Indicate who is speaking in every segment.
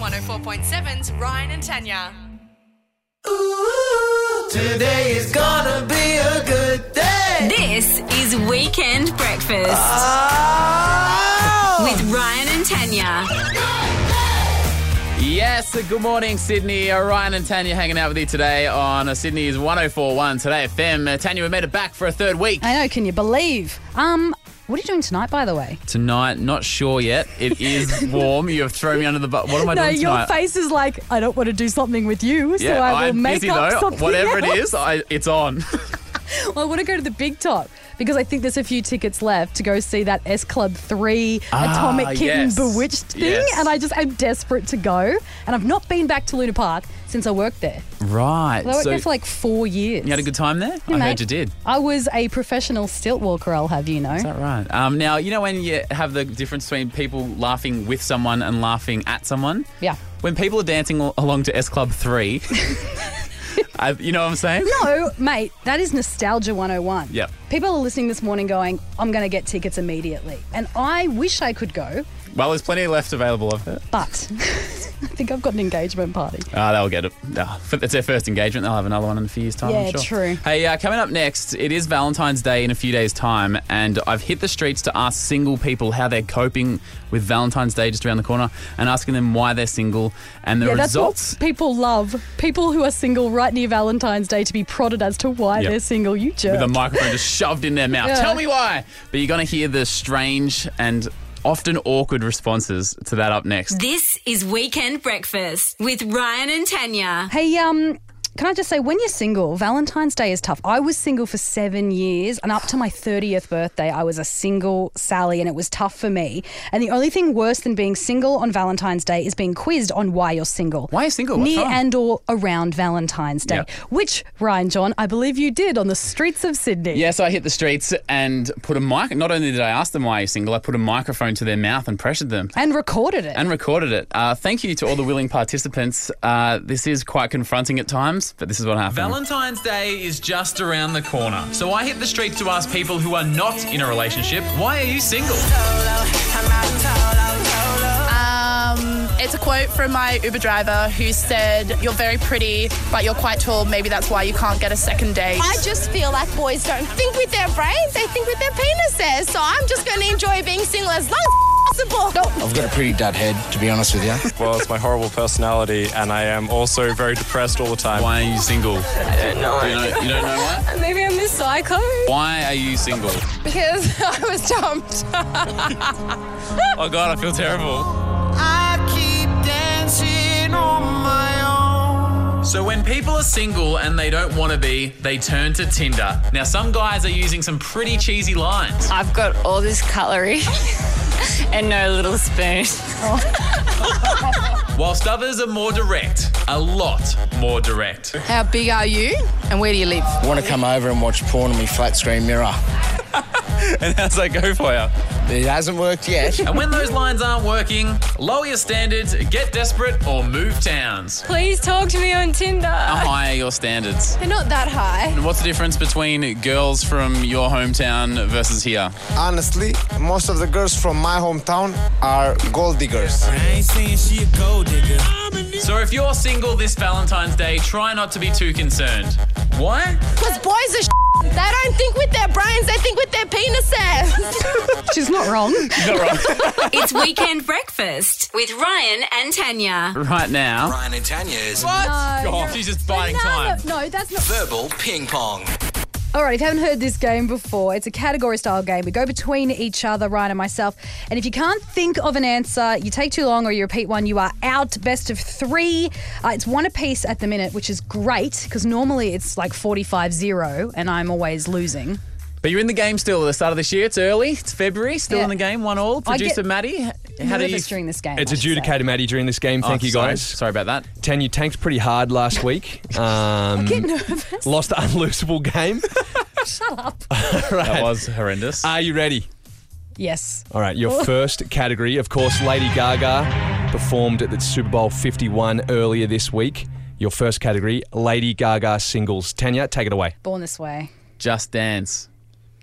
Speaker 1: 104.7's Ryan and Tanya.
Speaker 2: Today is gonna be a good day.
Speaker 3: This is Weekend Breakfast
Speaker 4: Ah.
Speaker 2: Oh!
Speaker 3: with Ryan and Tanya.
Speaker 4: Yes, good morning, Sydney. Uh, Ryan and Tanya hanging out with you today on uh, Sydney's 1041 Today FM. Uh, Tanya, we made it back for a third week.
Speaker 5: I know, can you believe? Um, what are you doing tonight, by the way?
Speaker 4: Tonight, not sure yet. It is warm. You have thrown me under the bus. What am I
Speaker 5: no,
Speaker 4: doing
Speaker 5: your
Speaker 4: tonight?
Speaker 5: face is like, I don't want to do something with you, so
Speaker 4: yeah,
Speaker 5: I will
Speaker 4: am
Speaker 5: make
Speaker 4: busy
Speaker 5: up
Speaker 4: though.
Speaker 5: something.
Speaker 4: Whatever
Speaker 5: else.
Speaker 4: it is, I, it's on.
Speaker 5: I want to go to the big top because I think there's a few tickets left to go see that S Club 3
Speaker 4: Ah,
Speaker 5: Atomic Kitten
Speaker 4: yes.
Speaker 5: Bewitched thing,
Speaker 4: Yes.
Speaker 5: and I just am desperate to go. And I've not been back to Luna Park since I worked there.
Speaker 4: right.
Speaker 5: I worked
Speaker 4: So
Speaker 5: there for like four years.
Speaker 4: you had a good time there? I heard
Speaker 5: mate.
Speaker 4: you did. Is
Speaker 5: I was a professional stilt walker, I'll have you know.
Speaker 4: that right? Um, now, you know when you have the difference between people laughing with someone and laughing at someone?
Speaker 5: Yeah.
Speaker 4: When people are dancing al- along to S Club 3, I, you know what I'm saying?
Speaker 5: No, mate, that is nostalgia 101.
Speaker 4: Yep.
Speaker 5: People are listening this morning going, I'm going to get tickets immediately. And I wish I could go,
Speaker 4: Well, there's plenty left available of it.
Speaker 5: but I think I've got an engagement party.
Speaker 4: Ah, they'll get it. Ah, f- it's their first engagement. They'll have another one in a few years' time. I'm
Speaker 5: Yeah,
Speaker 4: sure.
Speaker 5: true.
Speaker 4: Hey, uh, coming up next, it is Valentine's Day in a few days' time, and I've hit the streets to ask single people how they're coping with Valentine's Day just around the corner, and asking them why they're single, and the
Speaker 5: yeah, that's
Speaker 4: results.
Speaker 5: what people love. People who are single right near Valentine's Day to be prodded as to why
Speaker 4: Yep.
Speaker 5: they're single. You jerk.
Speaker 4: with a microphone just shoved in their mouth.
Speaker 5: Yeah.
Speaker 4: Tell me why. But you're going to hear the strange and often awkward responses to that up next.
Speaker 3: This is Weekend Breakfast with Ryan and Tanya.
Speaker 5: Hey, um, can I just say, when you're single, Valentine's Day is tough. I was single for seven years, and up to my 30th birthday, I was a single Sally, and it was tough for me. And the only thing worse than being single on Valentine's Day is being quizzed on why you're single.
Speaker 4: Why are you single? What's
Speaker 5: Near
Speaker 4: wrong?
Speaker 5: and or around Valentine's Day,
Speaker 4: Yeah.
Speaker 5: which, Ryan John, I believe you did on the streets of Sydney.
Speaker 4: Yes, I hit the streets and put a mic. Not only did I ask them why you're single, I put a microphone to their mouth and pressured them
Speaker 5: And recorded it.
Speaker 4: and recorded it. Uh, thank you to all the willing participants. Uh, this is quite confronting at times, but this is what happened. Valentine's Day is just around the corner. So I hit the streets to ask people who are not in a relationship, why are you single?
Speaker 6: Um, it's a quote from my Uber driver who said, You're very pretty, but you're quite tall. Maybe that's why you can't get a second date.
Speaker 7: I just feel like boys don't think with their brains, they think with their penises. So I'm just going to enjoy being single as long as possible.
Speaker 8: I've got a pretty dud head, to be honest with you.
Speaker 9: Well, it's my horrible personality, and I am also very depressed all the time.
Speaker 4: Why are you single? I don't know. You, don't- you don't know why?
Speaker 7: Maybe I'm a psycho.
Speaker 4: Why are you single?
Speaker 7: Because I was dumped.
Speaker 4: Oh God, I feel terrible.
Speaker 2: I keep dancing on my own.
Speaker 4: So when people are single and they don't want to be, they turn to Tinder. Now some guys are using some pretty cheesy lines.
Speaker 10: I've got all this cutlery and no little spoon.
Speaker 4: whilst others are more direct, a lot more direct.
Speaker 6: How big are you and where do you live?
Speaker 8: Want to come over and watch porn on my flat screen mirror?
Speaker 4: And that's I go for you.
Speaker 8: It hasn't worked yet.
Speaker 4: And when those lines aren't working, lower your standards, get desperate, or move towns.
Speaker 7: Please talk to me on Tinder.
Speaker 4: How high are your standards?
Speaker 7: They're not that high.
Speaker 4: And what's the difference between girls from your hometown versus here?
Speaker 11: Honestly, most of the girls from my hometown are gold diggers.
Speaker 2: I ain't saying she a gold digger.
Speaker 4: So if you're single this Valentine's Day, try not to be too concerned. Why?
Speaker 7: Because boys are They don't think with their brains, they think with their penises.
Speaker 5: She's not wrong.
Speaker 3: It's Weekend Breakfast with Ryan and Tanya.
Speaker 4: Right now.
Speaker 8: Ryan and Tanya's
Speaker 4: She's just biding
Speaker 5: no,
Speaker 4: time.
Speaker 5: no, that's not.
Speaker 8: verbal ping pong.
Speaker 5: All right, if you haven't heard this game before, it's a category style game. We go between each other, Ryan and myself. And if you can't think of an answer, you take too long or you repeat one, you are out. Best of three. Uh, it's one apiece at the minute, which is great because normally it's like 45 0 and I'm always losing.
Speaker 4: But you're in the game still at the start of this year. It's early. It's February. Still
Speaker 5: Yeah.
Speaker 4: in the game. One all.
Speaker 5: I
Speaker 4: Producer
Speaker 5: get
Speaker 4: Maddie, h- how do you?
Speaker 5: Nervous during this game.
Speaker 9: It's
Speaker 5: I should
Speaker 9: adjudicator Maddie during this game. Thank
Speaker 4: Oh,
Speaker 9: you,
Speaker 4: sorry.
Speaker 9: guys.
Speaker 4: Sorry, about that.
Speaker 9: Tan, you tanked pretty hard last week. Um,
Speaker 5: say. Get nervous.
Speaker 9: lost the unlosable game.
Speaker 5: Shut up.
Speaker 4: That was horrendous.
Speaker 9: Are you ready?
Speaker 5: Yes.
Speaker 9: All right, your first category, of course, Lady Gaga performed at the Super Bowl 51 earlier this week. Your first category, Lady Gaga singles. Tanya, take it away.
Speaker 5: Born this way.
Speaker 4: Just Dance.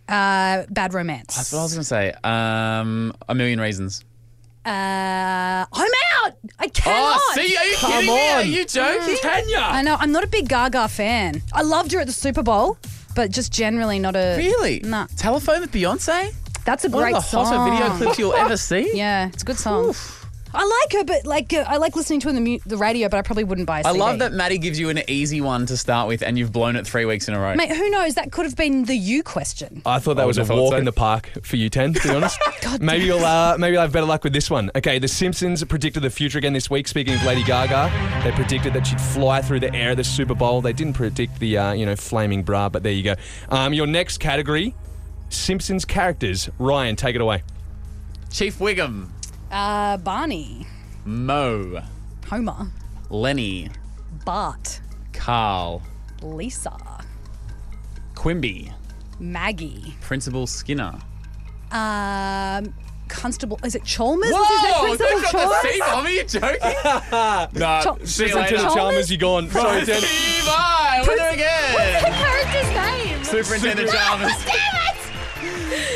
Speaker 5: Uh, bad romance.
Speaker 4: That's what I was going to say. Um, a million reasons.
Speaker 5: uh, I'm out. I cannot.
Speaker 4: Oh,
Speaker 5: Mm-hmm.
Speaker 4: see, are you Come kidding me? Are on. you joking? Can ya?
Speaker 5: I know. I'm not a big Gaga fan. I loved her at the Super Bowl, but just generally not a.
Speaker 4: Really?
Speaker 5: Nah.
Speaker 4: Telephone with Beyonce?
Speaker 5: That's a
Speaker 4: One
Speaker 5: great
Speaker 4: of the
Speaker 5: song.
Speaker 4: hotter video clips you'll ever see.
Speaker 5: Yeah, it's a good song. I like her, but like uh, I like listening to her on the, mu- the radio, but I probably wouldn't buy a
Speaker 4: I
Speaker 5: CD.
Speaker 4: love that Maddie gives you an easy one to start with, and you've blown it three weeks in a row.
Speaker 5: Mate, who knows? That could have been the you question.
Speaker 9: I thought that
Speaker 4: I
Speaker 9: was a
Speaker 4: wouldn't have
Speaker 9: walk
Speaker 4: thought so.
Speaker 9: in the park for you, ten. To be honest, maybe you'll uh, maybe you'll have better luck with this one. Okay, The Simpsons predicted the future again this week. Speaking of Lady Gaga, they predicted that she'd fly through the air at the Super Bowl. They didn't predict the uh, you know flaming bra, but there you go. Um, your next category, Simpsons characters. Ryan, take it away.
Speaker 4: Chief Wiggum,
Speaker 5: Uh, Barney,
Speaker 4: Mo,
Speaker 5: Homer,
Speaker 4: Lenny,
Speaker 5: Bart,
Speaker 4: Carl,
Speaker 5: Lisa,
Speaker 4: Quimby,
Speaker 5: Maggie,
Speaker 4: Principal Skinner.
Speaker 5: um, Constable. Is it Chalmers?
Speaker 4: Whoa!
Speaker 5: Is it
Speaker 4: That's
Speaker 5: Principal
Speaker 4: not the
Speaker 5: Chalmers?
Speaker 4: C bomb. Are you joking?
Speaker 9: Nah,
Speaker 5: Chal-
Speaker 9: see you
Speaker 4: Listen to
Speaker 9: later.
Speaker 4: the
Speaker 5: Chalmers,
Speaker 9: Chalmers, you gone. Sorry, Ten.
Speaker 4: Steve, I winner again.
Speaker 7: Character's name.
Speaker 4: Superintendent Chalmers.
Speaker 7: Damn it!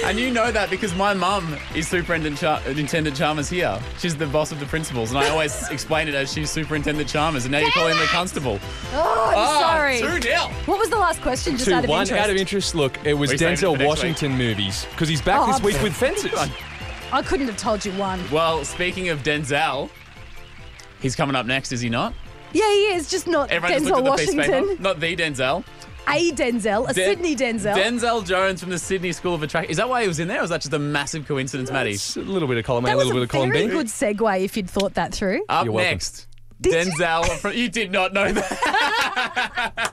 Speaker 4: And you know that because my mum is Superintendent Char- Intendant Chalmers here. She's the boss of the principals, and I always explain it as she's Superintendent Chalmers, and now you're calling the constable.
Speaker 5: Oh, I'm
Speaker 4: Ah,
Speaker 5: sorry.
Speaker 4: 2 0.
Speaker 5: What was the last question? Just
Speaker 9: Two,
Speaker 5: out of
Speaker 9: one
Speaker 5: interest.
Speaker 9: out of interest. Look, it was
Speaker 4: We saved it for
Speaker 9: Denzel
Speaker 4: next
Speaker 9: Washington movies because he's back
Speaker 5: Oh,
Speaker 9: this week with Fences.
Speaker 5: I couldn't have told you one.
Speaker 4: Well, speaking of Denzel, he's coming up next, is he not?
Speaker 5: Yeah, he is. Just not
Speaker 4: Everyone just
Speaker 5: Denzel
Speaker 4: looked at the piece of paper.
Speaker 5: Washington.
Speaker 4: Not the Denzel.
Speaker 5: A Denzel,
Speaker 4: Den-
Speaker 5: a Sydney Denzel.
Speaker 4: Denzel Jones from the Sydney School of Attraction. Is that why he was in there, or was that just a massive coincidence, Maddie?
Speaker 9: It's a little bit of column A,
Speaker 5: that
Speaker 9: a
Speaker 5: was
Speaker 9: little bit of
Speaker 5: a
Speaker 9: column
Speaker 5: very
Speaker 9: B.
Speaker 5: good segue if you'd thought that through.
Speaker 4: Up
Speaker 9: You're welcome.
Speaker 4: next, Denzel. From, you did not know that.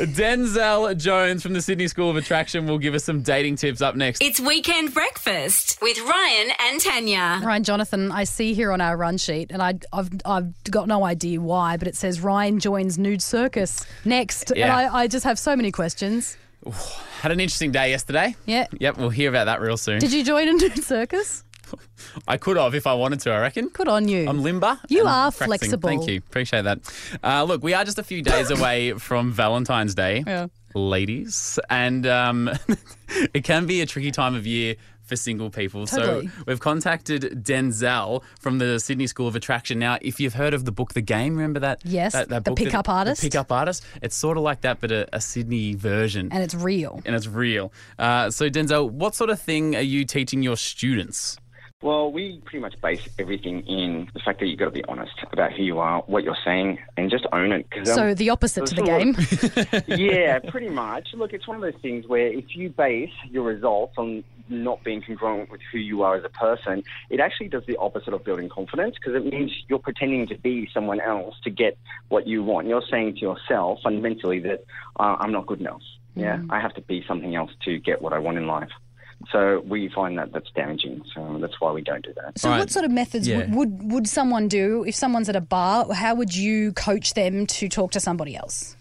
Speaker 4: Denzel Jones from the Sydney School of Attraction will give us some dating tips up next.
Speaker 3: It's Weekend Breakfast with Ryan and Tanya.
Speaker 5: Ryan Jonathan, I see here on our run sheet, and I, I've I've got no idea why, but it says Ryan joins nude circus next, and
Speaker 4: Yeah.
Speaker 5: I, I just have so many questions.
Speaker 4: Had an interesting day yesterday.
Speaker 5: Yeah.
Speaker 4: Yep, we'll hear about that real soon.
Speaker 5: Did you join a nude circus?
Speaker 4: I could have if I wanted to, I reckon.
Speaker 5: Good on you.
Speaker 4: I'm limber.
Speaker 5: You
Speaker 4: and
Speaker 5: are
Speaker 4: practicing.
Speaker 5: flexible.
Speaker 4: Thank you. Appreciate that. Uh, look, we are just a few days away from Valentine's Day,
Speaker 5: Yeah.
Speaker 4: ladies, and um, it can be a tricky time of year for single people.
Speaker 5: Totally.
Speaker 4: So we've contacted Denzel from the Sydney School of Attraction. Now, if you've heard of the book The Game, remember that?
Speaker 5: Yes,
Speaker 4: that, that
Speaker 5: The
Speaker 4: book that-
Speaker 5: Pickup Artist.
Speaker 4: The Pickup Artist. It's sort of like that, but a, a Sydney version.
Speaker 5: and it's real.
Speaker 4: and it's real. Uh, so, Denzel, what sort of thing are you teaching your students?
Speaker 1: Well, we pretty much base everything in the fact that you've got to be honest about who you are, what you're saying, and just own it. 'cause, um,
Speaker 5: So the opposite to the game.
Speaker 1: there's yeah, pretty much. Look, it's one of those things where if you base your results on not being congruent with who you are as a person, it actually does the opposite of building confidence because it means you're pretending to be someone else to get what you want. You're saying to yourself fundamentally that uh, I'm not good enough. Yeah, I have to be something else to get what I want in life. So we find that that's damaging. So that's why we don't do that.
Speaker 5: So
Speaker 4: Right.
Speaker 5: what sort of methods
Speaker 4: Yeah.
Speaker 5: would, would would someone do if someone's at a bar? How would you coach them to talk to somebody else?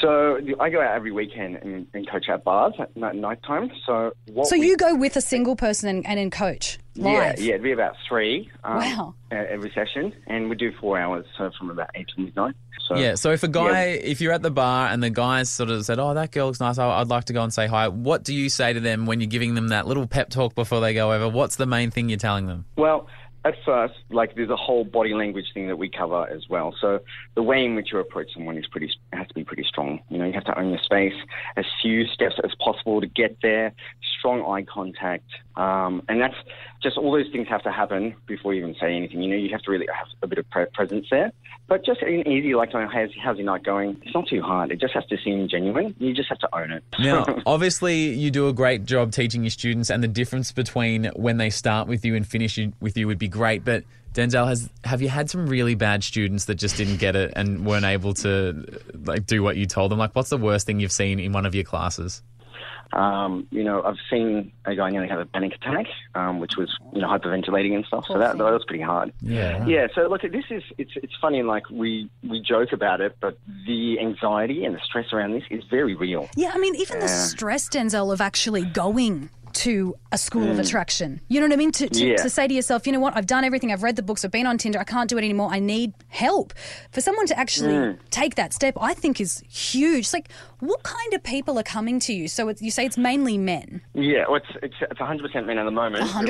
Speaker 1: So I go out every weekend and, and coach at bars at night nighttime. So what
Speaker 5: So
Speaker 1: we
Speaker 5: you go with a single person and, and then coach live.
Speaker 1: Yeah, yeah, it'd be about three. Um,
Speaker 5: Wow.
Speaker 1: e- Every session, and we do four hours, so from about eight to midnight. So
Speaker 4: Yeah. So if a guy, if you're at the bar and the guy sort of said, "Oh, that girl looks nice. I- I'd like to go and say hi," what do you say to them when you're giving them that little pep talk before they go over? What's the main thing you're telling them?
Speaker 1: Well, at first, like there's a whole body language thing that we cover as well. So the way in which you approach someone is pretty has to be pretty strong. You know, you have to own your space, as few steps as possible to get there. Strong eye contact, um, and that's just all those things have to happen before you even say anything. You know, you have to really have a bit of pre- presence there. But just an easy, like, how's, how's your night going? It's not too hard. It just has to seem genuine. You just have to own it.
Speaker 4: Now, obviously, you do a great job teaching your students, and the difference between when they start with you and finish you- with you would be great. But Denzel, has have you had some really bad students that just didn't get it and weren't able to like do what you told them? Like, what's the worst thing you've seen in one of your classes?
Speaker 1: Um, you know, I've seen a guy nearly have a panic attack, um, which was you know hyperventilating and stuff. So that, that was pretty hard.
Speaker 4: Yeah, right.
Speaker 1: Yeah. So look, this is it's it's funny. Like we we joke about it, but the anxiety and the stress around this is very real.
Speaker 5: Yeah, I mean, even the stress, Denzel, of actually going to a school of
Speaker 12: Mm.
Speaker 5: attraction. You know what I mean? To, to,
Speaker 12: Yeah.
Speaker 5: to say to yourself, you know what, I've done everything, I've read the books, I've been on Tinder, I can't do it anymore, I need help. For someone to actually
Speaker 12: Mm.
Speaker 5: take that step, I think is huge. It's like, what kind of people are coming to you? So it's, you say it's mainly men.
Speaker 1: Yeah, well, it's, it's, it's 100% men at the moment.
Speaker 5: 100%.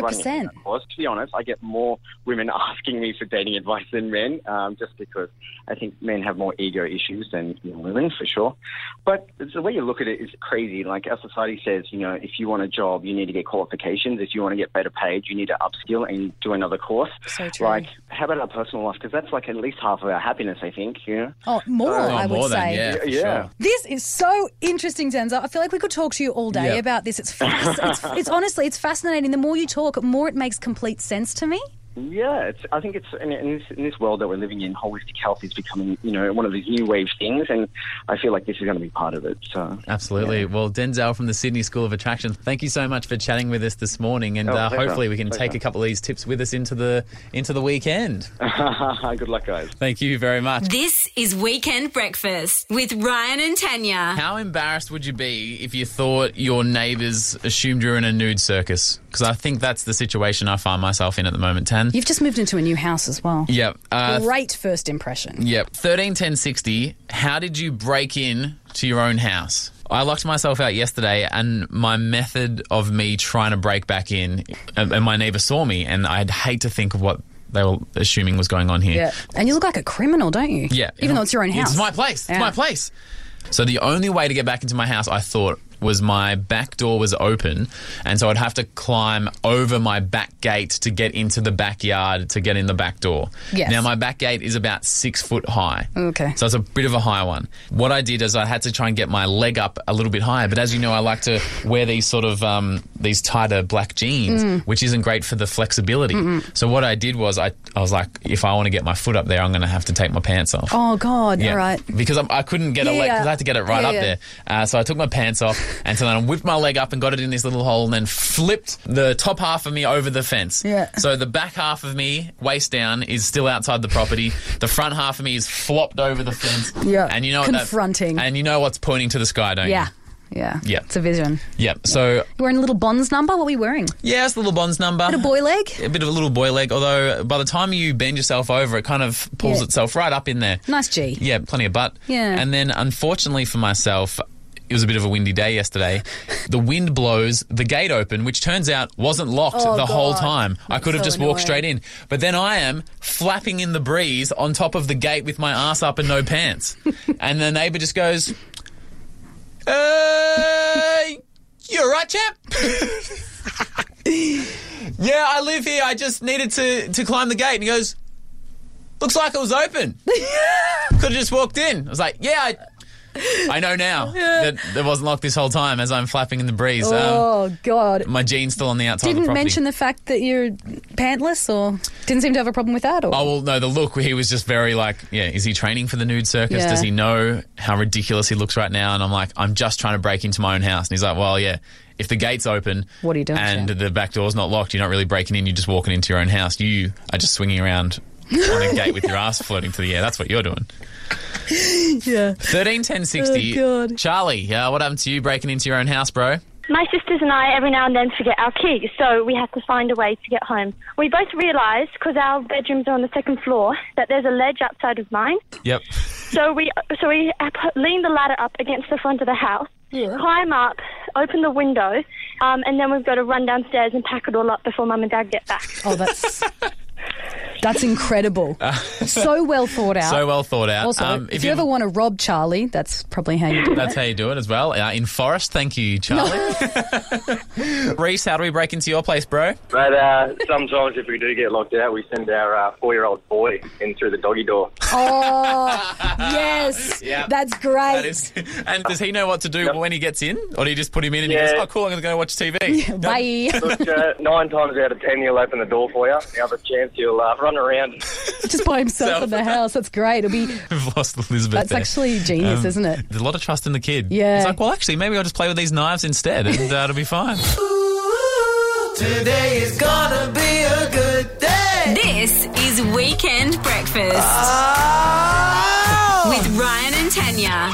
Speaker 1: Because, to be honest, I get more women asking me for dating advice than men, um, just because I think men have more ego issues than you know, women, for sure. But it's- the way you look at it is crazy. Like, our society says, you know, if you want a job, you need to get qualifications. If you want to get better paid, you need to upskill and do another course.
Speaker 5: So true.
Speaker 1: Like, how about our personal life? Because that's like at least half of our happiness, I think, you know?
Speaker 5: Oh, more,
Speaker 1: Oh,
Speaker 5: I would
Speaker 1: more than,
Speaker 5: say.
Speaker 1: yeah, for Yeah. sure.
Speaker 5: This is so interesting, Zanza. I feel like we could talk to you all day
Speaker 1: Yeah.
Speaker 5: about this. It's, fas- it's it's honestly, it's fascinating. The more you talk, more it makes complete sense to me.
Speaker 1: Yeah, it's, I think it's in, in, this, in this world that we're living in, holistic health is becoming, you know, one of these new wave things, and I feel like this is going to be part of it. So
Speaker 4: Absolutely. Well, Denzel from the Sydney School of Attraction, thank you so much for chatting with us this morning, and
Speaker 1: Oh,
Speaker 4: uh,
Speaker 1: pleasure.
Speaker 4: hopefully we can take
Speaker 1: Pleasure.
Speaker 4: a couple of these tips with us into the into the weekend.
Speaker 1: Good luck, guys.
Speaker 4: Thank you very much.
Speaker 3: This is Weekend Breakfast with Ryan and Tanya.
Speaker 4: How embarrassed would you be if you thought your neighbours assumed you're in a nude circus? Because I think that's the situation I find myself in at the moment. Tan.
Speaker 5: You've just moved into a new house as well.
Speaker 4: Yep. Uh,
Speaker 5: Great first impression.
Speaker 4: Yep. Thirteen ten sixty. How did you break in to your own house? I locked myself out yesterday, and my method of me trying to break back in, and and my neighbour saw me, and I'd hate to think of what they were assuming was going on here.
Speaker 5: Yeah. And you look like a criminal, don't you?
Speaker 4: Yeah.
Speaker 5: Even though it's your own house.
Speaker 4: It's my place. It's
Speaker 5: Yeah.
Speaker 4: my place. So the only way to get back into my house, I thought, was my back door was open, and so I'd have to climb over my back gate to get into the backyard to get in the back door.
Speaker 5: Yes.
Speaker 4: Now my back gate is about six foot high.
Speaker 5: Okay.
Speaker 4: So it's a bit of a high one. What I did is I had to try and get my leg up a little bit higher, but as you know, I like to wear these sort of um, these tighter black jeans,
Speaker 13: Mm.
Speaker 4: which isn't great for the flexibility.
Speaker 5: Mm-mm.
Speaker 4: So what I did was I, I was like, if I want to get my foot up there, I'm going to have to take my pants off.
Speaker 5: Oh God! All right.
Speaker 4: Because I'm, I couldn't get a
Speaker 5: Yeah,
Speaker 4: leg
Speaker 5: yeah.
Speaker 4: because I had to get it right
Speaker 5: Yeah,
Speaker 4: up
Speaker 5: yeah.
Speaker 4: there. Uh, so I took my pants off and so then I whipped my leg up and got it in this little hole and then flipped the top half of me over the fence.
Speaker 5: Yeah.
Speaker 4: So the back half of me, waist down, is still outside the property. the front half of me is flopped over the fence.
Speaker 5: Yeah.
Speaker 4: And you know what that-
Speaker 5: confronting.
Speaker 4: and you know what's pointing to the sky, don't
Speaker 5: yeah. Yeah.
Speaker 4: you? Yeah.
Speaker 5: It's a vision.
Speaker 4: Yeah. So
Speaker 5: You're wearing a little Bonds number. What were you wearing?
Speaker 4: yeah, it's the little Bonds number.
Speaker 5: Bit of boy leg.
Speaker 4: a bit of a little boy leg, although by the time you bend yourself over, it kind of pulls
Speaker 5: Yeah.
Speaker 4: itself right up in there.
Speaker 5: Nice G.
Speaker 4: Yeah, plenty of butt.
Speaker 5: Yeah.
Speaker 4: And then, unfortunately for myself, it was a bit of a windy day yesterday. The wind blows the gate open, which turns out wasn't locked
Speaker 13: Oh,
Speaker 4: the whole
Speaker 13: God.
Speaker 4: time. I could have
Speaker 13: so
Speaker 4: just walked
Speaker 13: annoying.
Speaker 4: straight in. But then I am flapping in the breeze on top of the gate with my ass up and no pants. and the neighbor just goes, Hey, you're right, chap. yeah, I live here. I just needed to, to climb the gate. And he goes, Looks like it was open. Could have just walked in. I was like, Yeah, I, I know now that it wasn't locked this whole time as I'm flapping in the breeze. Um,
Speaker 5: oh God!
Speaker 4: my jeans still on the outside of the
Speaker 5: Didn't
Speaker 4: property.
Speaker 5: mention the fact that you're pantless, or didn't seem to have a problem with that, or
Speaker 4: Oh well, no. The look he was just very like, yeah. Is he training for the nude circus?
Speaker 5: Yeah.
Speaker 4: Does he know how ridiculous he looks right now? And I'm like, I'm just trying to break into my own house. And he's like, Well, yeah. If the gate's open, what are you doing? And the back door's not locked. You're not really breaking in. You're just walking into your own house. You are just swinging around on a gate with your ass floating through the air. That's what you're doing.
Speaker 5: yeah.
Speaker 4: Thirteen ten sixty.
Speaker 14: Oh,
Speaker 4: Charlie, uh, what happened to you breaking into your own house, bro?
Speaker 14: My sisters and I every now and then forget our key, so we have to find a way to get home. We both realised, because our bedrooms are on the second floor, that there's a ledge outside of mine.
Speaker 4: Yep.
Speaker 14: So we so we put- lean the ladder up against the front of the house, climb up, open the window, um, and then we've got to run downstairs and pack it all up before mum and dad get back.
Speaker 5: Oh, that's that's incredible. so well thought out.
Speaker 4: Uh, So well thought out.
Speaker 5: Uh, Also,
Speaker 4: Um,
Speaker 5: if, you, ever want to rob Charlie, that's probably how you do
Speaker 4: That's how you do it as well. Uh, in Forest, thank you, Charlie. Reese, how do we break into your place, bro?
Speaker 15: But uh, sometimes if we do get locked out, we send our uh, four-year-old boy in through the doggy door.
Speaker 5: Oh, yes.
Speaker 4: Yeah.
Speaker 5: That's great.
Speaker 4: That is, and does he know what to do when he gets in, or do you just put him in and he
Speaker 15: Yeah.
Speaker 4: goes, "Oh, cool, I'm going to go watch TV."
Speaker 5: Bye.
Speaker 15: Look, uh, nine times out of ten, he'll open the door for you. The other chance, he'll uh, run around.
Speaker 5: Just by himself in the house. That's great. It'll be
Speaker 4: We've lost Elizabeth.
Speaker 5: That's
Speaker 4: there.
Speaker 5: actually genius,
Speaker 4: Um,
Speaker 5: isn't it?
Speaker 4: There's a lot of trust in the kid.
Speaker 5: Yeah.
Speaker 4: It's like, well, actually, maybe I'll just play with these knives instead, and uh, it'll be fine.
Speaker 2: Today is gonna be a good day.
Speaker 3: This is Weekend Breakfast with Ryan and Tanya.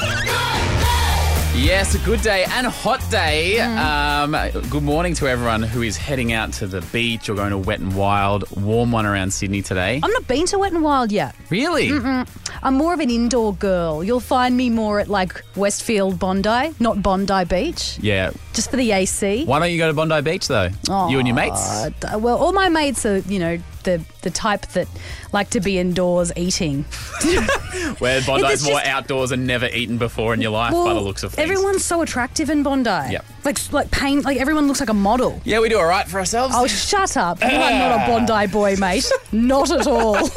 Speaker 4: Yes, a good day and a hot day.
Speaker 5: Mm-hmm.
Speaker 4: Um, good morning to everyone who is heading out to the beach or going to Wet and Wild. Warm one around Sydney today.
Speaker 5: I'm not been to Wet and Wild yet.
Speaker 4: Really?
Speaker 5: Mm-mm. I'm more of an indoor girl. You'll find me more at like Westfield Bondi, not Bondi Beach,
Speaker 4: Yeah.
Speaker 5: just for the AC.
Speaker 4: Why don't you go to Bondi Beach though? you and your mates.
Speaker 5: Aw, d- Uh, Well, all my mates are, you know, the the type that like to be indoors eating.
Speaker 4: Where
Speaker 5: It's
Speaker 4: Bondi's more
Speaker 5: just-
Speaker 4: outdoors and never eaten before in your life by the
Speaker 5: Well,
Speaker 4: looks of things.
Speaker 5: Everyone's so attractive in Bondi.
Speaker 4: Yep.
Speaker 5: Like like paint like everyone looks like a model.
Speaker 4: Yeah, we do all right for ourselves.
Speaker 5: Oh, shut up. You are not a
Speaker 4: Ah.
Speaker 5: Bondi boy, mate. Not at all.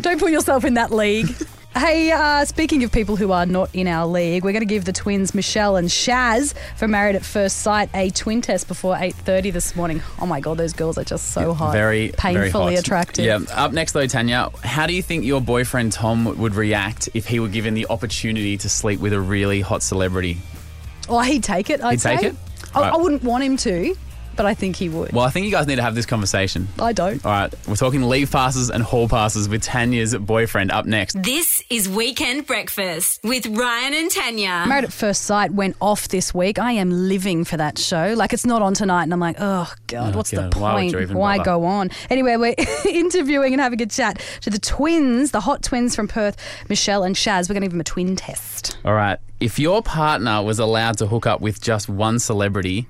Speaker 5: Don't put yourself in that league. Hey, uh, speaking of people who are not in our league, we're going to give the twins Michelle and Shaz for Married at First Sight a twin test before 8.30 this morning. Oh my God, those girls are just so Oh, hot.
Speaker 4: Very
Speaker 5: Painfully
Speaker 4: very hot.
Speaker 5: attractive.
Speaker 4: Yeah. Up next though, Tanya, how do you think your boyfriend Tom would react if he were given the opportunity to sleep with a really hot celebrity?
Speaker 5: Oh, he'd take it, I'd
Speaker 4: He'd take
Speaker 5: say.
Speaker 4: it?
Speaker 5: I,
Speaker 4: Right.
Speaker 5: I wouldn't want him to, but I think he would.
Speaker 4: Well, I think you guys need to have this conversation.
Speaker 5: I don't.
Speaker 4: All right, we're talking leave passes and hall passes with Tanya's boyfriend up next.
Speaker 3: This is Weekend Breakfast with Ryan and Tanya.
Speaker 5: Married at First Sight went off this week. I am living for that show. Like it's not on tonight, and I'm like, oh god,
Speaker 4: Oh,
Speaker 5: what's
Speaker 4: God,
Speaker 5: the
Speaker 4: why would you
Speaker 5: point?
Speaker 4: even
Speaker 5: Why
Speaker 4: bother?
Speaker 5: go on? Anyway, we're interviewing and having a chat to the twins, the hot twins from Perth, Michelle and Shaz. We're going to give them a twin test.
Speaker 4: All right, if your partner was allowed to hook up with just one celebrity,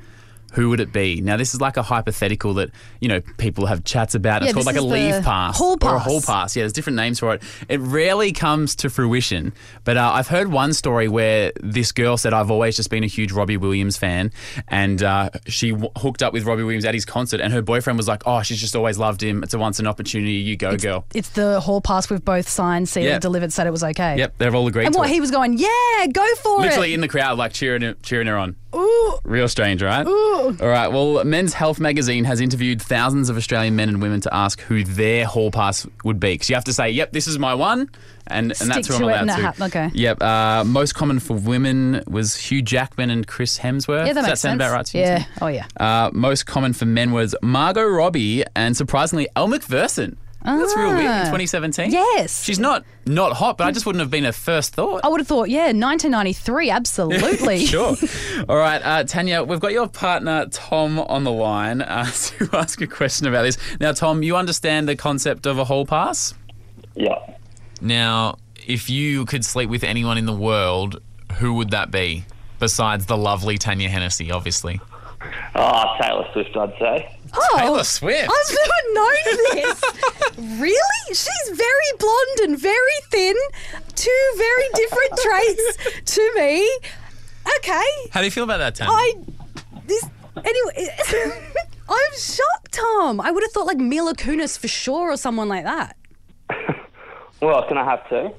Speaker 4: who would it be? Now, this is like a hypothetical that you know people have chats about.
Speaker 5: Yeah,
Speaker 4: it's called
Speaker 5: this
Speaker 4: like a
Speaker 5: is the
Speaker 4: leave pass,
Speaker 5: hall
Speaker 4: or a
Speaker 5: pass.
Speaker 4: hall pass. Yeah, there's different names for it. It rarely comes to fruition, but uh, I've heard one story where this girl said, "I've always just been a huge Robbie Williams fan," and uh, she w- hooked up with Robbie Williams at his concert, and her boyfriend was like, "Oh, she's just always loved him. It's a once an opportunity. You go, girl."
Speaker 5: It's the hall pass we've both signed, sealed,
Speaker 4: Yeah.
Speaker 5: delivered, said it was okay.
Speaker 4: Yep, they've all agreed.
Speaker 5: And
Speaker 4: to
Speaker 5: what
Speaker 4: it.
Speaker 5: he was going, yeah, go for
Speaker 4: Literally
Speaker 5: it.
Speaker 4: in the crowd, like cheering, her- cheering her on.
Speaker 5: Ooh,
Speaker 4: Real strange, right?
Speaker 5: Ooh.
Speaker 4: All right. Well, Men's Health magazine has interviewed thousands of Australian men and women to ask who their hall pass would be. Because you have to say, "Yep, this is my one," and, and
Speaker 5: Stick
Speaker 4: that's who I'm
Speaker 5: to it
Speaker 4: allowed
Speaker 5: and
Speaker 4: to.
Speaker 5: it hap- okay.
Speaker 4: Yep. Uh, most common for women was Hugh Jackman and Chris Hemsworth.
Speaker 5: yeah, that
Speaker 4: Does
Speaker 5: makes
Speaker 4: that sound
Speaker 5: sense.
Speaker 4: about right to you?
Speaker 5: yeah. Oh yeah.
Speaker 4: Uh, most common for men was Margot Robbie and surprisingly Elle McPherson. That's real weird.
Speaker 5: Ah.
Speaker 4: In 2017.
Speaker 5: Yes.
Speaker 4: She's not not hot, but I just wouldn't have been a first thought.
Speaker 5: I would have thought, yeah, 1993, absolutely.
Speaker 4: sure. All right, uh, Tanya, we've got your partner Tom on the line uh, to ask a question about this. Now, Tom, you understand the concept of a hall pass?
Speaker 15: Yeah.
Speaker 4: Now, if you could sleep with anyone in the world, who would that be? Besides the lovely Tanya Hennessy, obviously.
Speaker 15: Ah, Taylor Swift, I'd say.
Speaker 5: Oh,
Speaker 4: Taylor Swift.
Speaker 5: I've never known this. really? She's very blonde and very thin. Two very different traits to me. Okay.
Speaker 4: How do you feel about that, Tanya?
Speaker 5: I. This. Anyway. I'm shocked, Tom. I would have thought like Mila Kunis for sure or someone like that.
Speaker 15: Well, can I have two?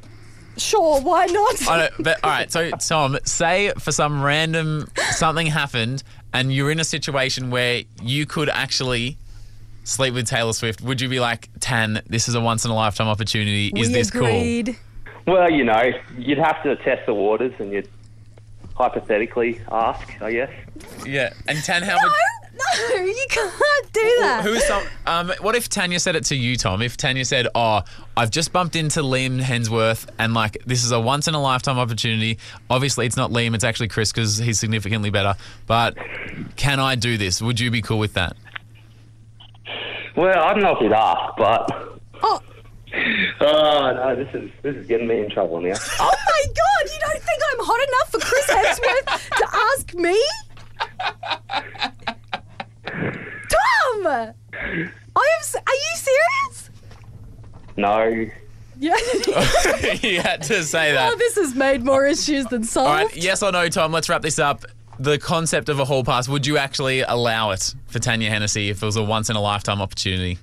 Speaker 5: Sure, why not?
Speaker 4: I don't, but all right, so Tom, say for some random something happened and you're in a situation where you could actually sleep with Taylor Swift, would you be like, Tan, this is a once in a lifetime opportunity? is this
Speaker 15: Well, you know, you'd have to test the waters and you'd hypothetically ask, I guess.
Speaker 4: cool? Yeah. And Tan, how would.
Speaker 5: No, no, you can't do that.
Speaker 4: Who is some? Um, what if Tanya said it to you, Tom? If Tanya said, "Oh, I've just bumped into Liam Hensworth, and like this is a once in a lifetime opportunity. Obviously, it's not Liam; it's actually Chris because he's significantly better. But can I do this? Would you be cool with that?"
Speaker 15: Well, I don't know if you'd ask, but.
Speaker 5: Oh.
Speaker 15: Oh no! This is this is getting me in trouble now.
Speaker 5: Oh my god, you don't think I'm hot enough for Chris Hemsworth to ask me? Tom! I am s- are you serious?
Speaker 15: No.
Speaker 5: Yeah.
Speaker 4: you had to say
Speaker 5: oh,
Speaker 4: that.
Speaker 5: this has made more issues than
Speaker 4: All
Speaker 5: solved.
Speaker 4: right, yes or no, Tom? Let's wrap this up. The concept of a hall pass. Would you actually allow it for Tanya Hennessy if it was a once in a lifetime opportunity?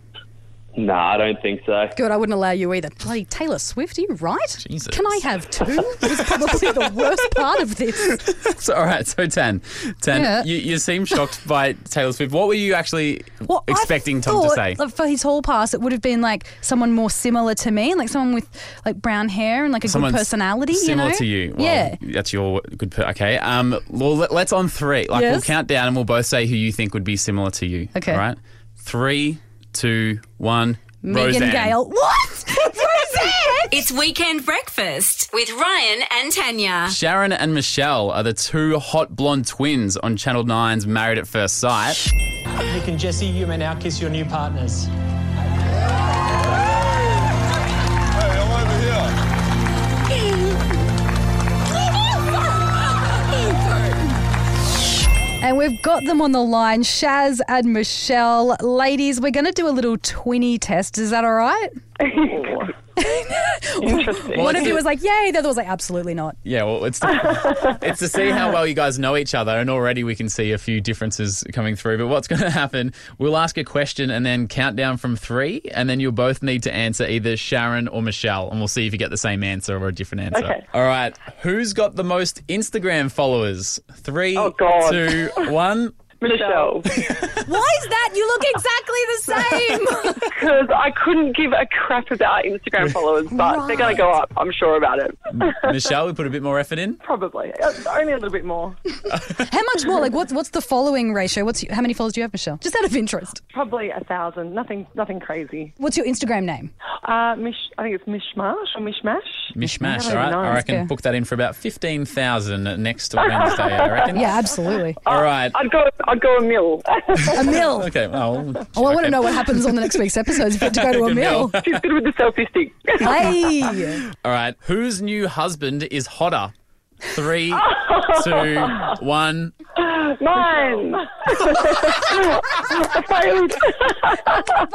Speaker 15: No, I don't think so.
Speaker 5: Good, I wouldn't allow you either. Bloody Taylor Swift, are you right?
Speaker 4: Jesus.
Speaker 5: Can I have two? Was probably the worst part of this.
Speaker 4: So, all right, so Tan, Tan,
Speaker 5: Yeah.
Speaker 4: you, you seem shocked by Taylor Swift. What were you actually
Speaker 5: Well, I
Speaker 4: expecting Tom to
Speaker 5: thought,
Speaker 4: say?
Speaker 5: like, for his hall pass, it would have been like someone more similar to me, like someone with like brown hair and like a
Speaker 4: Someone
Speaker 5: good personality.
Speaker 4: similar
Speaker 5: you know?
Speaker 4: to you. Well,
Speaker 5: yeah.
Speaker 4: that's your good. Per- okay. Um. Well, let, us on three. Like we'll
Speaker 5: Yes.
Speaker 4: count down and we'll both say who you think would be similar to you.
Speaker 5: Okay.
Speaker 4: All right. Three, two, one.
Speaker 5: Megan
Speaker 4: Roseanne.
Speaker 5: Gale. What? Roseanne?
Speaker 3: It's Weekend Breakfast with Ryan and
Speaker 2: Ah.
Speaker 3: Tanya.
Speaker 4: Sharon and Michelle are the two hot blonde twins on Channel 9's Married at First Sight.
Speaker 12: Nick and Jesse, you may now kiss your new partners.
Speaker 5: And we've got them on the line, Shaz and Michelle. Ladies, we're going to do a little twinny test. Is that all right?
Speaker 4: Interesting.
Speaker 5: One of you was like, yay. The other was like, absolutely not.
Speaker 4: Yeah, well, it's to, it's to see how well you guys know each other, and already we can see a few differences coming through. But what's going to happen? We'll ask a question and then count down from three, and then you'll both need to answer either Sharon or Michelle, and we'll see if you get the same answer or a different answer.
Speaker 2: Okay.
Speaker 4: All right, who's got the most Instagram followers? Three,
Speaker 2: Oh, God.
Speaker 4: two, one.
Speaker 2: Michelle.
Speaker 5: Why is that? You look exactly the same.
Speaker 13: Because I couldn't give a crap about Instagram followers, but they're going to go up. I'm sure about it.
Speaker 4: Michelle, we put a bit more effort in.
Speaker 13: Probably. Uh, Only a little bit more.
Speaker 5: How much more? Like, what's what's the following ratio? What's how many followers do you have, Michelle? Just out of interest.
Speaker 13: Probably a thousand. Nothing nothing crazy.
Speaker 5: What's your Instagram name?
Speaker 13: Uh, mish, I think it's Mishmash or Mishmash. I
Speaker 4: Mishmash,
Speaker 13: don't
Speaker 4: all right.
Speaker 13: even know.
Speaker 4: I reckon
Speaker 13: Yeah.
Speaker 4: book that in for about fifteen thousand next Wednesday. I reckon.
Speaker 5: Yeah, absolutely.
Speaker 4: All right.
Speaker 13: I'd go. I'd go a mill.
Speaker 5: A mill.
Speaker 4: Okay. Well,
Speaker 5: Oh, I want to know what happens on the next week's episodes if you have to go to a
Speaker 4: Good
Speaker 5: mill.
Speaker 4: meal.
Speaker 13: She's good with the selfie stick.
Speaker 5: Hey.
Speaker 4: All right. Whose new husband is hotter? Three, two, one.
Speaker 13: Mine. I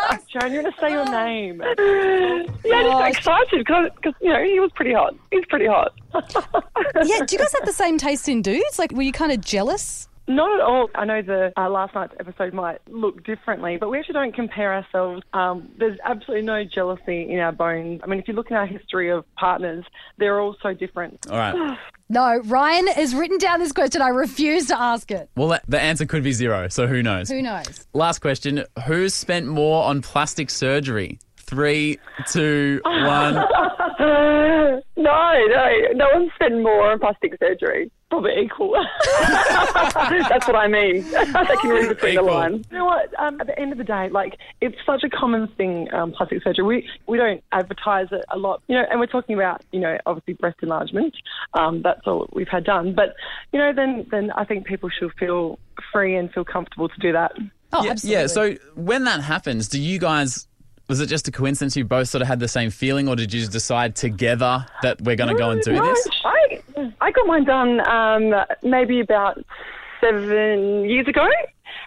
Speaker 13: failed. Joan, you're going to say your name. Yeah,
Speaker 5: Gosh.
Speaker 13: just excited because, you know, he was pretty hot.
Speaker 15: Oh,
Speaker 13: He's pretty hot.
Speaker 5: yeah, do you guys have the same taste in dudes? Like, were you kind of jealous?
Speaker 13: Not at all. I know the uh, last night's episode might look differently, but we actually don't compare ourselves. Um, there's absolutely no jealousy in our bones. I mean, if you look in our history of partners, they're all so different.
Speaker 4: All right.
Speaker 5: No, Ryan has written down this question. I refuse to ask it.
Speaker 4: Well, that, the answer could be zero, so who knows?
Speaker 5: Who knows?
Speaker 4: Last question Who's spent more on plastic surgery? Three, two, one.
Speaker 13: no, no, no one's spent more on plastic surgery. Probably equal. That's what I mean. they can read between the lines. You know what? Um, at the end of the day, like it's such a common thing, um, plastic surgery. We we don't advertise it a lot, you know. And we're talking about, you know, obviously breast enlargement. Um, that's all we've had done. But you know, then then I think people should feel free and feel comfortable to do that.
Speaker 5: Oh,
Speaker 4: yeah, yeah, so when that happens, do you guys. Was it just a coincidence you both sort of had the same feeling, or did you just decide together that we're going to go and do
Speaker 13: No,
Speaker 4: this?
Speaker 13: I, I got mine done um, maybe about seven years ago,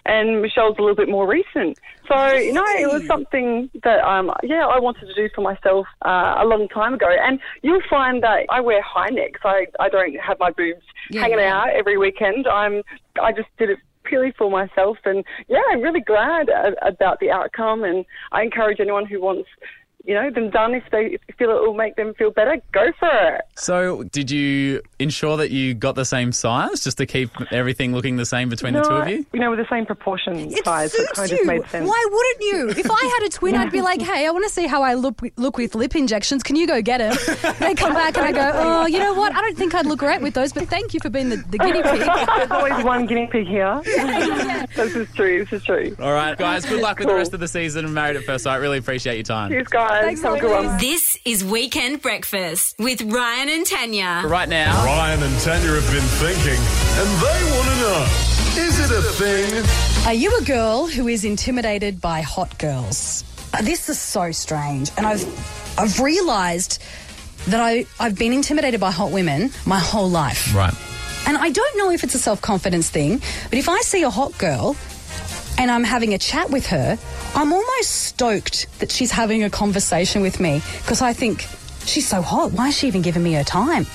Speaker 13: and Michelle's a little bit more recent. So, you know, it was something that, um, yeah, I wanted to do for myself uh, a long time ago. And you'll find that I wear high necks. I, I don't have my boobs
Speaker 5: Yeah,
Speaker 13: hanging
Speaker 5: yeah.
Speaker 13: out every weekend. I'm, I just did it purely for myself. And, yeah, I'm really glad uh, about the outcome. And I encourage anyone who wants... You know, them done if they if they feel it will make them feel better, go for it.
Speaker 4: So, did you ensure that you got the same size just to keep everything looking the same between the two of you?
Speaker 13: You know, with the same proportion size, so it kind of
Speaker 5: you.
Speaker 13: made sense.
Speaker 5: Why wouldn't you? If I had a twin, I'd be like, hey, I want to see how I look look with lip injections. Can you go get them? They come back and I go, oh, you know what? I don't think I'd look great with those, but thank you for being the, the guinea pig.
Speaker 13: There's always one guinea pig here. this is true. This is true.
Speaker 4: All right, guys, good luck with the
Speaker 13: Cool.
Speaker 4: rest of the season and Married at First Sight. Really appreciate your time.
Speaker 13: guys. Have a good one.
Speaker 3: This is Weekend Breakfast with Ryan and Tanya.
Speaker 4: Right now.
Speaker 16: Ryan and Tanya have been thinking, and they want to know is it a thing?
Speaker 5: Are you a girl who is intimidated by hot girls? Uh, This is so strange, and I've I've realised that I I've been intimidated by hot women my whole life,
Speaker 4: Right.
Speaker 5: and I don't know if it's a self confidence thing, but if I see a hot girl and I'm having a chat with her, I'm almost stoked that she's having a conversation with me because I think she's so hot. Why is she even giving me her time?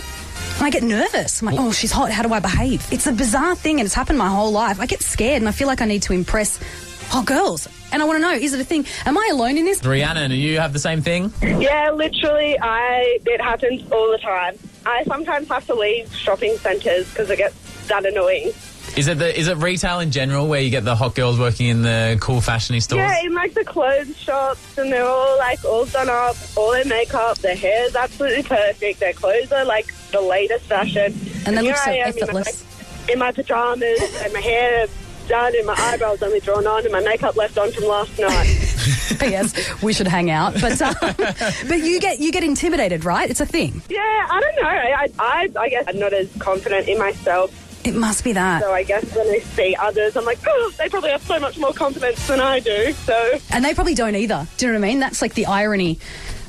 Speaker 5: And I get nervous. I'm like, oh, she's hot. How do I behave? It's a bizarre thing and it's happened my whole life. I get scared and I feel like I need to impress hot girls. And I want to know, is it a thing? Am I alone in this?
Speaker 4: Rhiannon, do you have the same thing?
Speaker 17: Yeah, literally, I it happens all the time. I sometimes have to leave shopping centres because it gets that annoying.
Speaker 4: Is it the is it retail in general where you get the hot girls working in the cool fashiony stores?
Speaker 17: Yeah, in like the clothes shops, and they're all like all done up, all their makeup, their hair is absolutely perfect, their clothes are like the latest fashion,
Speaker 5: And they
Speaker 17: here
Speaker 5: look so
Speaker 17: I am in,
Speaker 5: effortless.
Speaker 17: like, in my pajamas and my hair done, and my eyebrows only drawn on, and my makeup left on from last night.
Speaker 5: P.S. We should hang out. But um, but you get you get intimidated, right? It's a thing.
Speaker 17: Yeah, I don't know. I, I, I guess I'm not as confident in myself.
Speaker 5: It must be that.
Speaker 17: So I guess when I see others, I'm like, oh, they probably have so much more confidence than I do. So
Speaker 5: And they probably don't either. Do you know what I mean? That's like the irony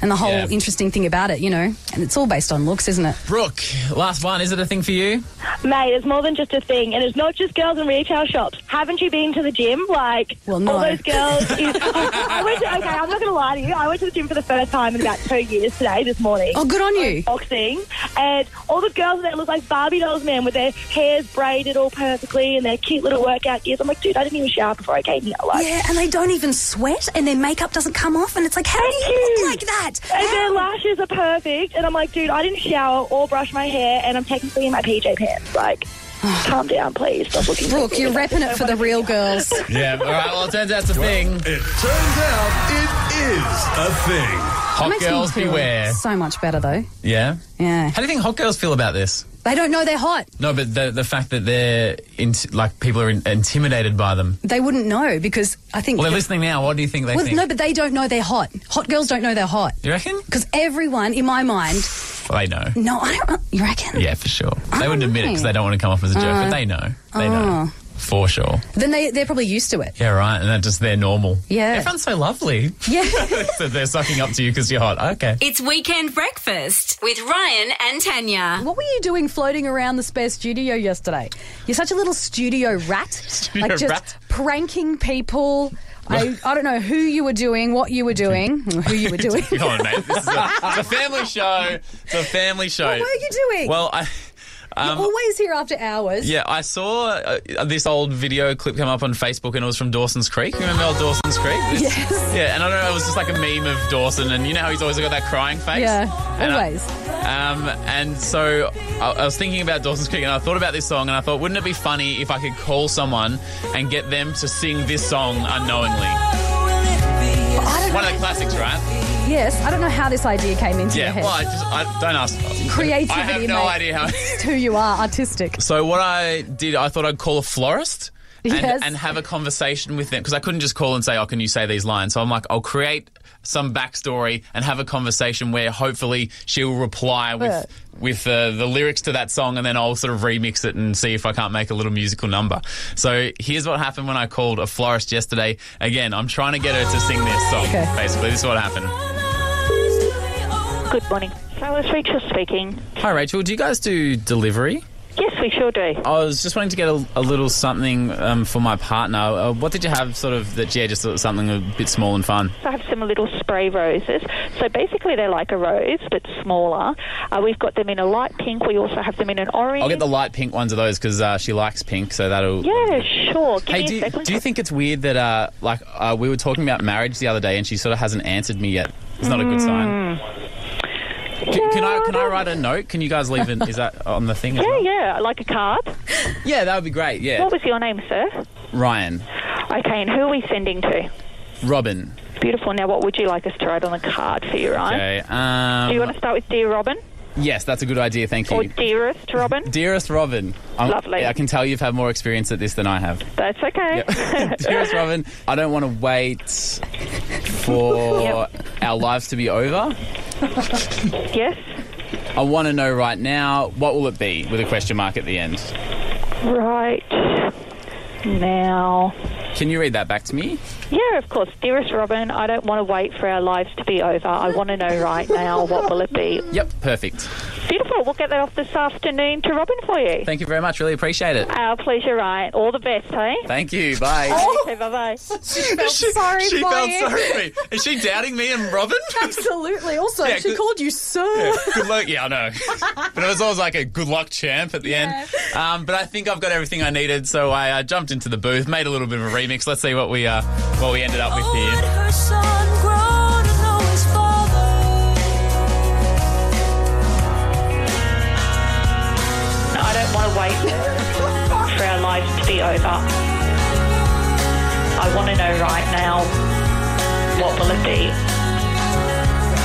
Speaker 5: and the whole
Speaker 4: Yeah.
Speaker 5: interesting thing about it, you know. And it's all based on looks, isn't it?
Speaker 4: Brooke, last one. Is it a thing for you?
Speaker 18: Mate, it's more than just a thing, and it's not just girls in retail shops. Haven't you been to the gym? Like, all those girls. Is, I went to, okay, I'm not going to lie to you. I went to the gym for the first time in about two years today, this morning.
Speaker 5: Oh, good on you.
Speaker 18: Boxing, and all the girls that look like Barbie dolls, man, with their hairs braided all perfectly and their cute little workout gears. I'm like, dude, I didn't even shower before I came here. Like,
Speaker 5: Yeah, and they don't even sweat and their makeup doesn't come off and it's like, how do you, look like that?
Speaker 18: And their lashes are perfect, and I'm like, dude, I didn't shower or brush my hair, and I'm technically in my PJ pants. Like, calm down, please. Stop looking.
Speaker 5: Brooke, you're repping it for the real girls.
Speaker 4: Yeah. All right. Well, it turns out it's a thing.
Speaker 16: It turns out it is a thing.
Speaker 5: It
Speaker 4: Hot
Speaker 5: makes me
Speaker 4: girls
Speaker 5: feel
Speaker 4: beware.
Speaker 5: So much better though.
Speaker 4: Yeah.
Speaker 5: Yeah.
Speaker 4: How do you think hot girls feel about this?
Speaker 5: They don't know they're hot.
Speaker 4: No, but the the fact that they're in, like people are in, intimidated by them.
Speaker 5: They wouldn't know because I think.
Speaker 4: Well, they're listening now. What do you think they
Speaker 5: Well,
Speaker 4: think?
Speaker 5: no, but they don't know they're hot. Hot girls don't know they're hot
Speaker 4: you reckon?
Speaker 5: because everyone in my mind.
Speaker 4: Well, they know.
Speaker 5: No, I don't. You reckon?
Speaker 4: Yeah, for sure. They wouldn't admit it because they don't want to come off as a jerk,
Speaker 5: Uh,
Speaker 4: but they know. They know.
Speaker 5: Oh.
Speaker 4: For sure.
Speaker 5: Then they they're probably used to it.
Speaker 4: Yeah, right. And that's just their normal.
Speaker 5: Yeah.
Speaker 4: Everyone's so lovely.
Speaker 5: Yeah.
Speaker 4: so they're sucking up to you because you're hot. Okay.
Speaker 3: It's Weekend Breakfast with Ryan and Tanya.
Speaker 5: What were you doing floating around the spare studio yesterday? You're such a little studio rat.
Speaker 3: Studio
Speaker 5: like just
Speaker 3: rat.
Speaker 5: pranking people. I, I don't know who you were doing, what you were doing, or who you were doing.
Speaker 4: Come on, mate. This is a, it's a family show. It's a family show.
Speaker 5: What were you doing?
Speaker 4: Well, I. Um,
Speaker 5: You're always here after hours.
Speaker 4: yeah, I saw uh, this old video clip come up on Facebook, and it was from Dawson's Creek. You Remember old Dawson's Creek? It's-
Speaker 5: Yes.
Speaker 4: Yeah, and I don't know. It was just like a meme of Dawson, and you know how he's always got that crying face.
Speaker 5: Yeah,
Speaker 4: And uh, I-
Speaker 5: always.
Speaker 4: Um, and so I, I was thinking about Dawson's Creek, and I thought about this song, and I thought, wouldn't it be funny if I could call someone and get them to sing this song unknowingly? One of the classics, right?
Speaker 5: Yes, I don't know how this idea came into your
Speaker 4: Yeah.
Speaker 5: head.
Speaker 4: Well, I just I, don't ask.
Speaker 5: Creativity,
Speaker 4: I have no
Speaker 5: mate.
Speaker 4: idea how.
Speaker 5: It's who you are, artistic.
Speaker 4: So what I did, I thought I'd call a florist. And,
Speaker 5: Yes.
Speaker 4: and have a conversation with them because I couldn't just call and say, "Oh, can you say these lines?" So I'm like, "I'll create some backstory and have a conversation where hopefully she'll reply with
Speaker 5: Yeah.
Speaker 4: with uh, the lyrics to that song, and then I'll sort of remix it and see if I can't make a little musical number." So here's what happened when I called a florist yesterday. Again, I'm trying to get her to sing this song.
Speaker 18: Okay.
Speaker 4: Basically, this is what happened.
Speaker 18: Good morning. So it's Rachel speaking.
Speaker 4: Hi, Rachel. Do you guys do delivery?
Speaker 18: Yes, we sure do.
Speaker 4: I was just wanting to get a, a little something um, for my partner. Uh, what did you have, sort of, that, yeah, just sort of something a bit small and fun?
Speaker 18: So I have some little spray roses. So basically, they're like a rose but smaller. Uh, we've got them in a light pink. We also have them in an orange.
Speaker 4: I'll get the light pink ones of those because uh, she likes pink, so that'll. um,
Speaker 18: yeah, sure. Give
Speaker 4: Hey,
Speaker 18: me
Speaker 4: do
Speaker 18: a
Speaker 4: you,
Speaker 18: second.
Speaker 4: do you think it's weird that, uh, like, uh, we were talking about marriage the other day and she sort of hasn't answered me yet? It's not a good sign.
Speaker 18: Hmm.
Speaker 4: C- can I can I write a note? Can you guys leave an Is that on the thing? as
Speaker 18: yeah,
Speaker 4: well?
Speaker 18: yeah, like a card.
Speaker 4: Yeah, that would be great. Yeah,
Speaker 18: What was your name, sir?
Speaker 4: Ryan,
Speaker 18: Okay, and who are we sending to?
Speaker 4: Robin.
Speaker 18: Beautiful. Now, what would you like us to write on the card for you, Ryan?
Speaker 4: Okay. Um,
Speaker 18: Do you want to start with Dear Robin
Speaker 4: Yes, that's a good idea. Thank you.
Speaker 18: or Dearest Robin?
Speaker 4: Dearest Robin, I'm-
Speaker 18: Lovely.
Speaker 4: I can tell you've had more experience at this than I have.
Speaker 18: That's okay.
Speaker 4: Dearest Robin, I don't want to wait for our lives to be over.
Speaker 18: yes.
Speaker 4: I want to know right now what will it be with a question mark at the end.
Speaker 18: Right now.
Speaker 4: Can you read that back to me?
Speaker 18: Yeah, of course. Dearest Robin, I don't want to wait for our lives to be over. I want to know right now what will it be.
Speaker 4: Yep, perfect.
Speaker 18: Beautiful. We'll get that off this afternoon to Robin for you.
Speaker 4: Thank you very much. Really appreciate it.
Speaker 18: Our pleasure, Ryan. All the best, hey?
Speaker 4: Thank you. Bye.
Speaker 18: Okay, bye-bye.
Speaker 5: She felt sorry
Speaker 4: she
Speaker 5: for
Speaker 4: felt
Speaker 5: you.
Speaker 4: sorry for me. Is she doubting me and Robin?
Speaker 5: Absolutely. Also,
Speaker 4: Yeah,
Speaker 5: she
Speaker 4: good-
Speaker 5: called you sir.
Speaker 4: Yeah, good luck. Yeah, I know. But it was always like a good luck champ at the end. Um, but I think I've got everything I needed, so I uh, jumped into the booth, made a little bit of a remix. Let's see what we uh, what we ended up with here.
Speaker 2: Her son grown to know his father.
Speaker 18: I don't want to wait for our lives to be over. I want to know right now what will it be.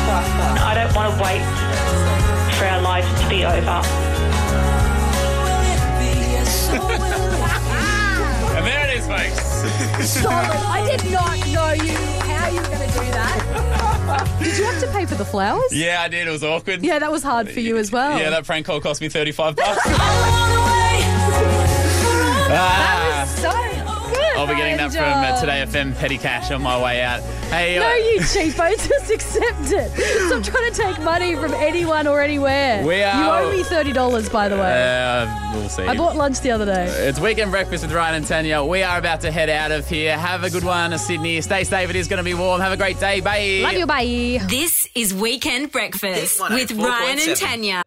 Speaker 18: I don't want to wait for our lives to be over.
Speaker 4: And there it is, folks.
Speaker 5: Solid. I did not know you. How know you were going to do that. Did you have to pay for the flowers?
Speaker 4: Yeah, I did. It was awkward.
Speaker 5: Yeah, that was hard for you as well.
Speaker 4: Yeah, that prank call cost me 35 bucks.
Speaker 5: That
Speaker 4: Ah.
Speaker 5: was so good.
Speaker 4: I'll be getting that from uh, Today FM petty cash on my way out. Hey,
Speaker 5: No,
Speaker 4: uh,
Speaker 5: you cheapo, just accept it. Stop trying to take money from anyone or anywhere.
Speaker 4: We are-
Speaker 5: You owe me thirty dollars, by the way.
Speaker 4: uh, we'll see.
Speaker 5: I bought lunch the other day.
Speaker 4: It's Weekend Breakfast with Ryan and Tanya. We are about to head out of here. Have a good one, Sydney. Stay safe. It is going to be warm. Have a great day. Bye.
Speaker 3: Bye. This is Weekend Breakfast with Ryan and
Speaker 4: 104.7.
Speaker 3: Tanya.